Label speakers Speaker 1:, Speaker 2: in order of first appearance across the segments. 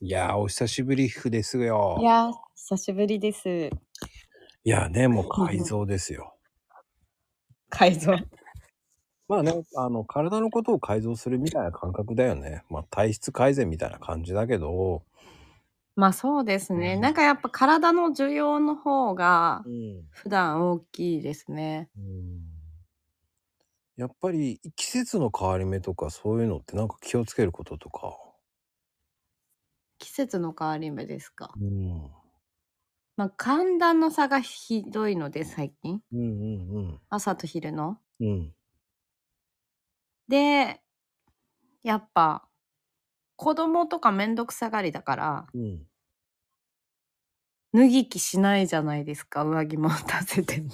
Speaker 1: いや、お久しぶりふです
Speaker 2: い
Speaker 1: よ。
Speaker 2: やー、久しぶりです。
Speaker 1: いやね、もう
Speaker 2: うんうん
Speaker 1: 改造ですよ。
Speaker 2: 改造。
Speaker 1: まあね、あの、体のことを改造するみたいな感覚だよね。まあ、体質改善みたいな感じだけど。
Speaker 2: まあそうですね。
Speaker 1: うん
Speaker 2: なんかやっぱ体の需要の方が
Speaker 1: ん。
Speaker 2: 普段大きいですね。
Speaker 1: やっぱり季節の変わり目とかそういうのってなんか気をつけることとか。
Speaker 2: 季節の変わり目ですか。
Speaker 1: うん。
Speaker 2: まあ寒暖の差がひどいので最近。
Speaker 1: うんうん
Speaker 2: 朝と昼の。
Speaker 1: うん。うん。
Speaker 2: で、やっぱ子供とかめんどくさがりだから
Speaker 1: うん。
Speaker 2: 脱ぎ着しないじゃないですか。上着持たせても。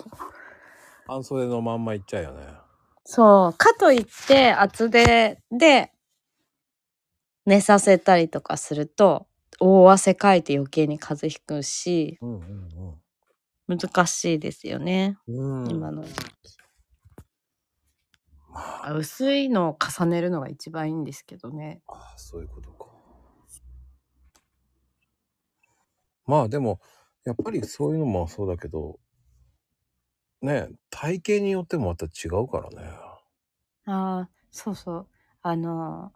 Speaker 1: 半袖のまんまいっちゃうよね。
Speaker 2: そう。かといって、厚手で、寝させたりとかすると、大汗かいて余計に風邪ひくし、
Speaker 1: うんうん
Speaker 2: 難しいですよね。
Speaker 1: うん。うん。
Speaker 2: 今の。薄いのを重ねるのが一番いいんですけどね。
Speaker 1: ああそういうことかまあでもやっぱりそういうのもそうだけどね体型によってもまた違うからね
Speaker 2: ああ、そうそう。あの、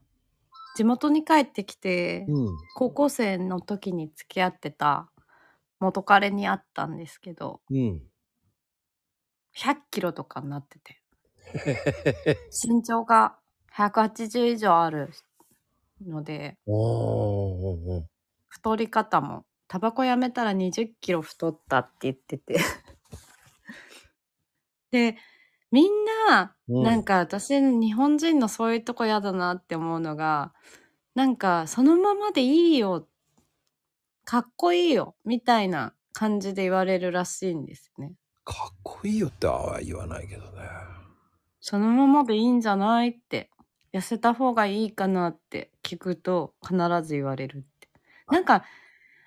Speaker 2: 地元に帰ってきて、
Speaker 1: うん
Speaker 2: 高校生の時に付き合ってた元彼に会ったんですけど、
Speaker 1: うん
Speaker 2: 100キロとかになって て。身長が180以上あるので
Speaker 1: おーおーおー
Speaker 2: 太り方もタバコやめたら2 0キロ太ったって言ってて でみんな、
Speaker 1: うん
Speaker 2: なんか私日本人のそういうとこ嫌だなって思うのがなんかそのままでいいよかっこいいよみたいな感じで言われるらしいんですね。
Speaker 1: かっこいいよっては言わないけどね
Speaker 2: そのままでいいんじゃないって痩せた方がいいかなって聞くと必ず言われるってなんか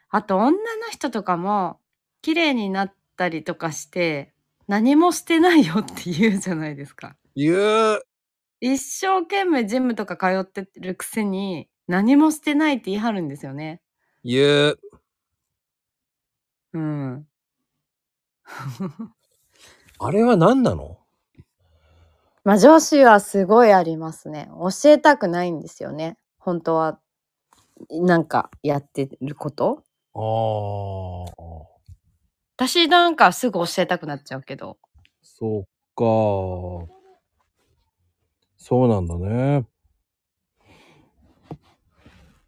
Speaker 2: あと女の人とかも綺麗になったりとかして何もしてないよって言うじゃないですか
Speaker 1: 言う
Speaker 2: 一生懸命ジムとか通ってるくせに何もしてないって言い張るんですよね
Speaker 1: 言う
Speaker 2: うん
Speaker 1: あれは何なの
Speaker 2: まあ上司はすごいありますね教えたくないんですよね本当はなんかやってること
Speaker 1: あー
Speaker 2: 私なんかすぐ教えたくなっちゃうけど。
Speaker 1: そっかそうなんだね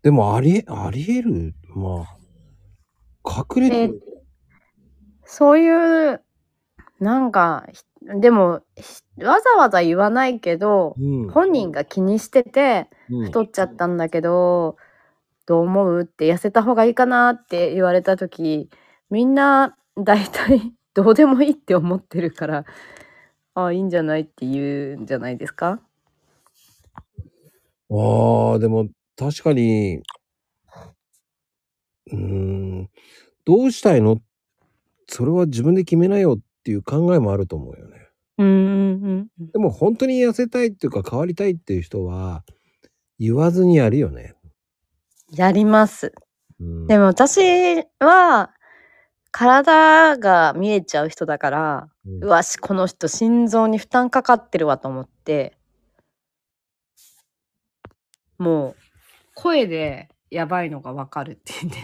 Speaker 1: でもありえありえるまあ隠れてる
Speaker 2: そういう、なんか、ひでも、ひわざわざ言わないけど、
Speaker 1: うん
Speaker 2: 本人が気にしてて、
Speaker 1: うん
Speaker 2: 太っちゃったんだけど、どう思うって、痩せた方がいいかなって言われた時、みんな、大体、 どうでもいいって思ってるから、ああ、いいんじゃないって言うんじゃないですか
Speaker 1: ああでも確かにうーんどうしたいのそれは自分で決めなよっていう考えもあると思うよね
Speaker 2: うんうんうん。
Speaker 1: でも本当に痩せたいっていうか変わりたいっていう人は言わずにやるよね、
Speaker 2: やります。
Speaker 1: うん、
Speaker 2: でも私は体が見えちゃう人だから
Speaker 1: うん
Speaker 2: うわしこの人心臓に負担かかってるわと思ってもう声でやばいのがわかるって言って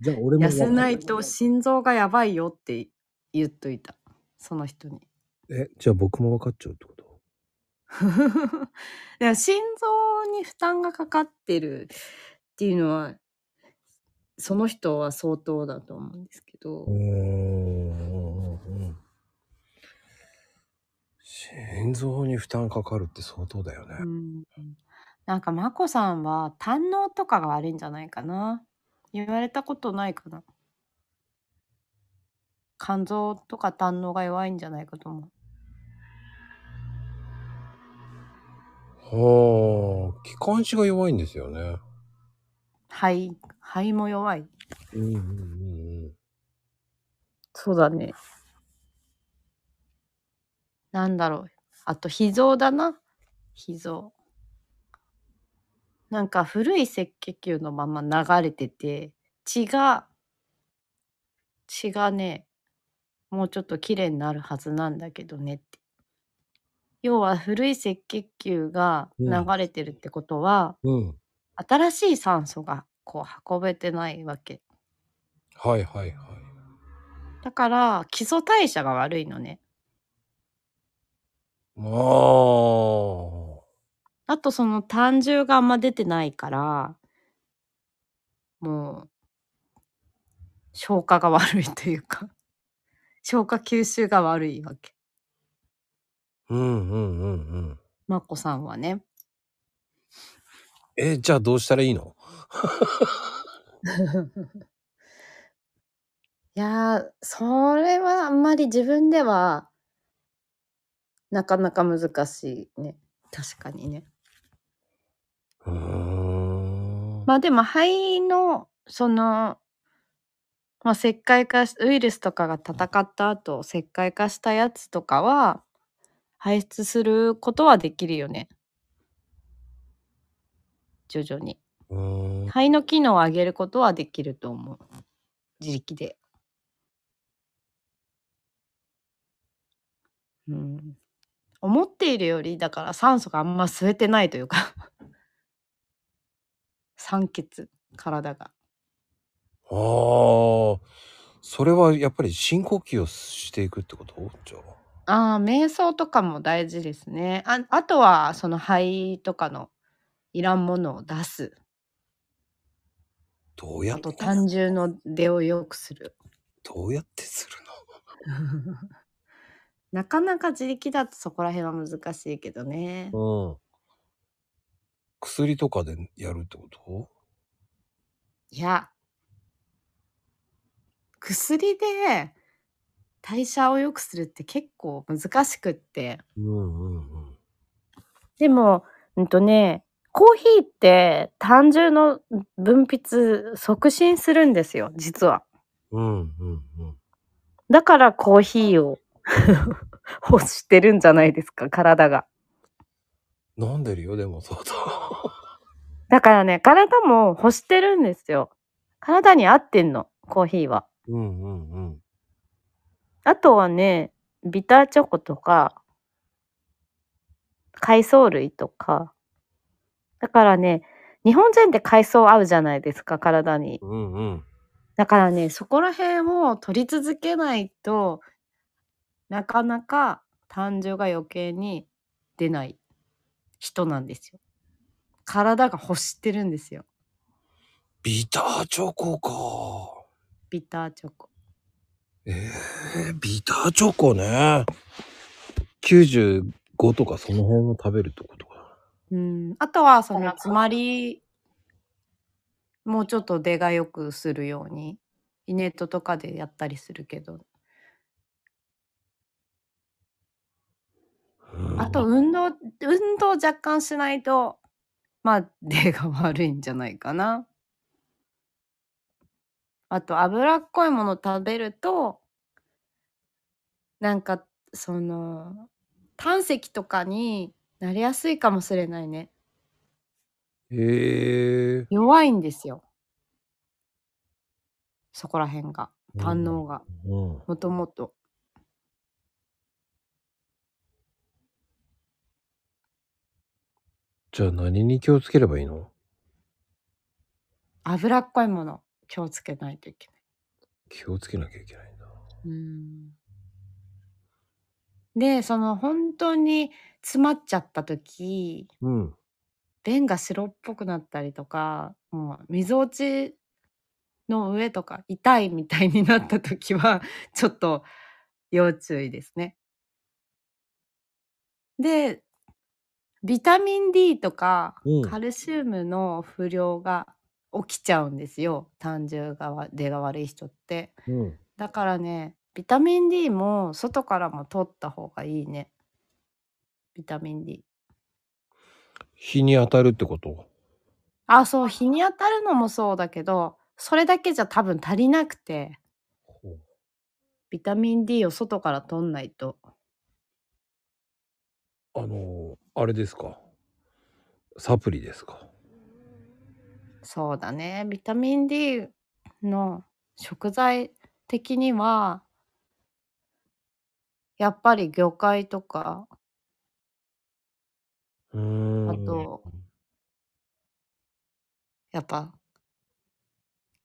Speaker 1: じゃあ俺も
Speaker 2: 痩せないと心臓がやばいよって言っといたその人に
Speaker 1: え、じゃあ僕も分かっちゃうってこと
Speaker 2: でも心臓に負担がかかってるっていうのはその人は相当だと思うんですけど。
Speaker 1: ん。心臓に負担かかるって相当だよね。
Speaker 2: うんなんか眞子さんは胆のとかが悪いんじゃないかな言われたことないかな肝臓とか胆のが弱いんじゃないかと思う
Speaker 1: はあ、気管支が弱いんですよね。
Speaker 2: 肺肺も弱い
Speaker 1: うんうんうんうん。
Speaker 2: そうだねなんだろうあと脾臓だな脾臓なんか古い赤血球のまま流れてて、血が、血がね、もうちょっと綺麗になるはずなんだけどねって。要は古い赤血球が
Speaker 1: う
Speaker 2: 流
Speaker 1: ん。
Speaker 2: れてるってことは、
Speaker 1: うん。
Speaker 2: 新しい酸素がこう運べてないわけ。
Speaker 1: はいはいはい。
Speaker 2: だから基礎代謝が悪いのね。
Speaker 1: ああ。
Speaker 2: あとその胆汁があんま出てないから、もう消化が悪いというか、 消化吸収が悪いわけ。
Speaker 1: うんうんうんうん。
Speaker 2: まこさんはね。
Speaker 1: え、じゃあどうしたらいいの
Speaker 2: いやー、それはあんまり自分ではなかなか難しいね。確かにね。
Speaker 1: うーん。
Speaker 2: まあでも肺の、その、まあ、石灰化しウイルスとかが戦った後石灰化したやつとかは排出することはできるよね徐々に
Speaker 1: うーん。
Speaker 2: 肺の機能を上げることはできると思う自力で、うん、思っているよりだから酸素があんま吸えてないというか 酸欠体が
Speaker 1: ああ。それはやっぱり深呼吸をしていくってことじゃあ。
Speaker 2: ああ瞑想とかも大事ですねああとはその肺とかのいらんものを出す
Speaker 1: どうやって、
Speaker 2: あと胆汁の出を良くする
Speaker 1: どうやってする
Speaker 2: なかなか自力だとそこら辺は難しいけどね。
Speaker 1: のうん。薬とかでやるってこと
Speaker 2: いや、薬で代謝を良くするって結構難しくって。
Speaker 1: うんうんうん。
Speaker 2: でも、うんとね、コーヒーって単純の分泌促進するんですよ、実は。
Speaker 1: うんうんうん。
Speaker 2: だからコーヒーを 欲してるんじゃないですか、体が。
Speaker 1: 飲んでるよ、でも、そうだ。
Speaker 2: だからね、体も欲してるんですよ。体に合ってんの、コーヒーは。
Speaker 1: うんうんうん。
Speaker 2: あとはね、ビターチョコとか、海藻類とか。だからね、日本人って海藻合うじゃないですか、体に。
Speaker 1: うんうん。
Speaker 2: だからね、そこら辺を取り続けないとなかなか胆汁が余計に出ない人なんですよ。体が欲してるんですよ。
Speaker 1: ビターチョコか。
Speaker 2: ビターチョコ。
Speaker 1: えー、ビターチョコね。95とかその辺を食べるってことか
Speaker 2: うん。あとは、その、詰まり、もうちょっと出が良くするように、イネットとかでやったりするけど、
Speaker 1: な。うん
Speaker 2: あと運動、運動若干しないと、まあ、出が悪いんじゃないかな。あと、脂っこいもの食べると、なんか、その、胆石とかになりやすいかもしれないね。
Speaker 1: へえ。
Speaker 2: 弱いんですよ、そこら辺が。
Speaker 1: う
Speaker 2: 胆
Speaker 1: ん。
Speaker 2: のが、
Speaker 1: うん。
Speaker 2: もともと。
Speaker 1: じゃあ何に気をつければいいの
Speaker 2: 脂っこいもの、気をつけないといけ
Speaker 1: 気をつけなきゃいけないんだ。
Speaker 2: ない。うんで、その、本当に詰まっちゃった時、
Speaker 1: うん。
Speaker 2: 便が白っぽくなったりとかもうみぞおちの上とか痛いみたいになった時は ちょっと要注意ですね。でビタミン D とか
Speaker 1: うん。
Speaker 2: カルシウムの不良が起きちゃうんですよ胆汁がわ出が悪い人って。
Speaker 1: うん。
Speaker 2: だからねビタミン D も外からも取った方がいいねビタミン D。
Speaker 1: 日に当たるってこと
Speaker 2: あ、そう、日に当たるのもそうだけど、それだけじゃ多分足りなくて、
Speaker 1: ほう
Speaker 2: ビタミン D を外から取んないと。
Speaker 1: あのーあれですかサプリですか
Speaker 2: そうだね。ビタミン D の食材的には、やっぱり魚介とか、
Speaker 1: うー
Speaker 2: あ
Speaker 1: ん。
Speaker 2: と、やっぱ、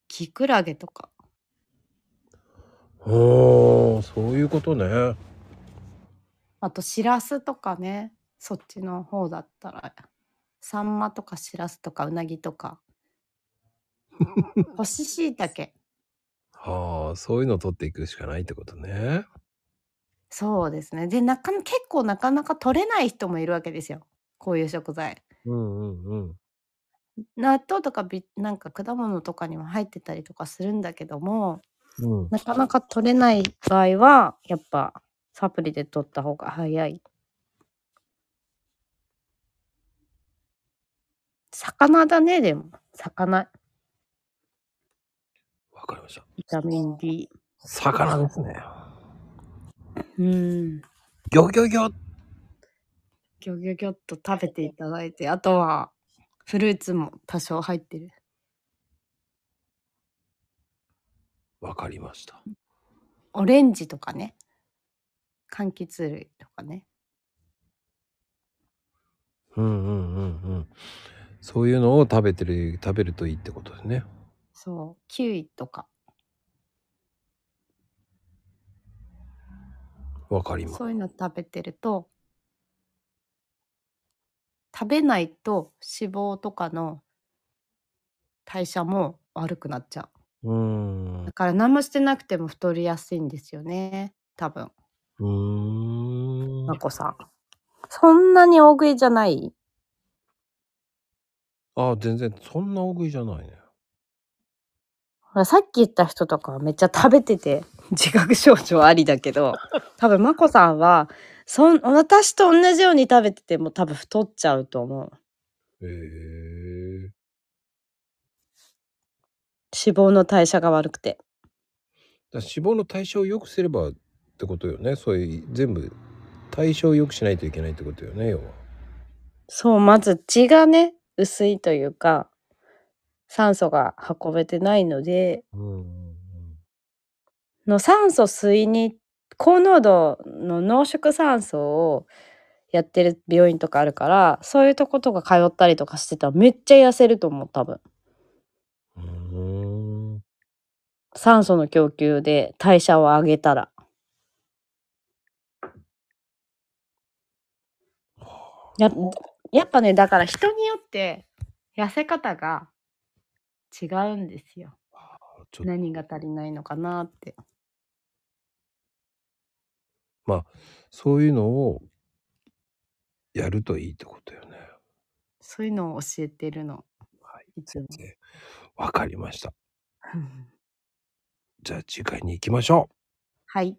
Speaker 2: キクラゲとか。
Speaker 1: おー、そういうことね。
Speaker 2: あと、シラスとかね。そっちの方だったら、サンマとかシラスとかウナギとか。干し椎茸。
Speaker 1: はあ、そういうのを取っていくしかないってことね。
Speaker 2: そうですね。で、なかな結構なかなか取れない人もいるわけですよ。こういう食材。
Speaker 1: うんうんうん。
Speaker 2: 納豆とかビなんか果物とかにも入ってたりとかするんだけども、
Speaker 1: うん。
Speaker 2: なかなか取れない場合は、やっぱサプリで取った方が早い。魚だね、でも。魚。
Speaker 1: わかりました。
Speaker 2: ビタミン D。
Speaker 1: 魚ですね。
Speaker 2: うん。
Speaker 1: ギョギョギョ。
Speaker 2: ギョギョギョっと食べていただいて、あとはフルーツも多少入ってる。
Speaker 1: わかりました。
Speaker 2: オレンジとかね。柑橘類とかね。
Speaker 1: うんうんうんうん。そういうのを食べてる、食べるといいってことですね。
Speaker 2: そう。キウイとか。
Speaker 1: わかります。
Speaker 2: そういうの食べてると食べないと脂肪とかの代謝も悪くなっちゃ
Speaker 1: うーん。
Speaker 2: う
Speaker 1: う
Speaker 2: だから何もしてなくても太りやすいんですよね多分
Speaker 1: ー
Speaker 2: ま
Speaker 1: ん。
Speaker 2: こさんそんなに大食いじゃない
Speaker 1: あ、全然、そんな大食いじゃないね。
Speaker 2: ほらさっき言った人とかはめっちゃ食べてて 自覚症状ありだけど多分まこさんはそん私と同じように食べてても多分太っちゃうと思う
Speaker 1: へえ。
Speaker 2: 脂肪の代謝が悪くて
Speaker 1: だから脂肪の代謝を良くすればってことよね。そういう、全部、代謝を良くしないといけないってことよね、要は。
Speaker 2: そう、まず血がね、薄いというか、酸素が運べてないので、
Speaker 1: うんうん
Speaker 2: の酸素吸いに、高濃度の濃縮酸素をやってる病院とかあるから、そういうとことか通ったりとかしてたらめっちゃ痩せると思う、多分。
Speaker 1: うん。うーん。
Speaker 2: 酸素の供給で代謝を上げたら。ややっぱね、だから人によって痩せ方が違うんですよ。
Speaker 1: ちょっと
Speaker 2: 何が足りないのかなって。
Speaker 1: そういうのをやるといいってことよね。
Speaker 2: そういうのを教えてるの。
Speaker 1: はい
Speaker 2: つも。
Speaker 1: わかりました。じゃあ次回に行きましょう。
Speaker 2: はい。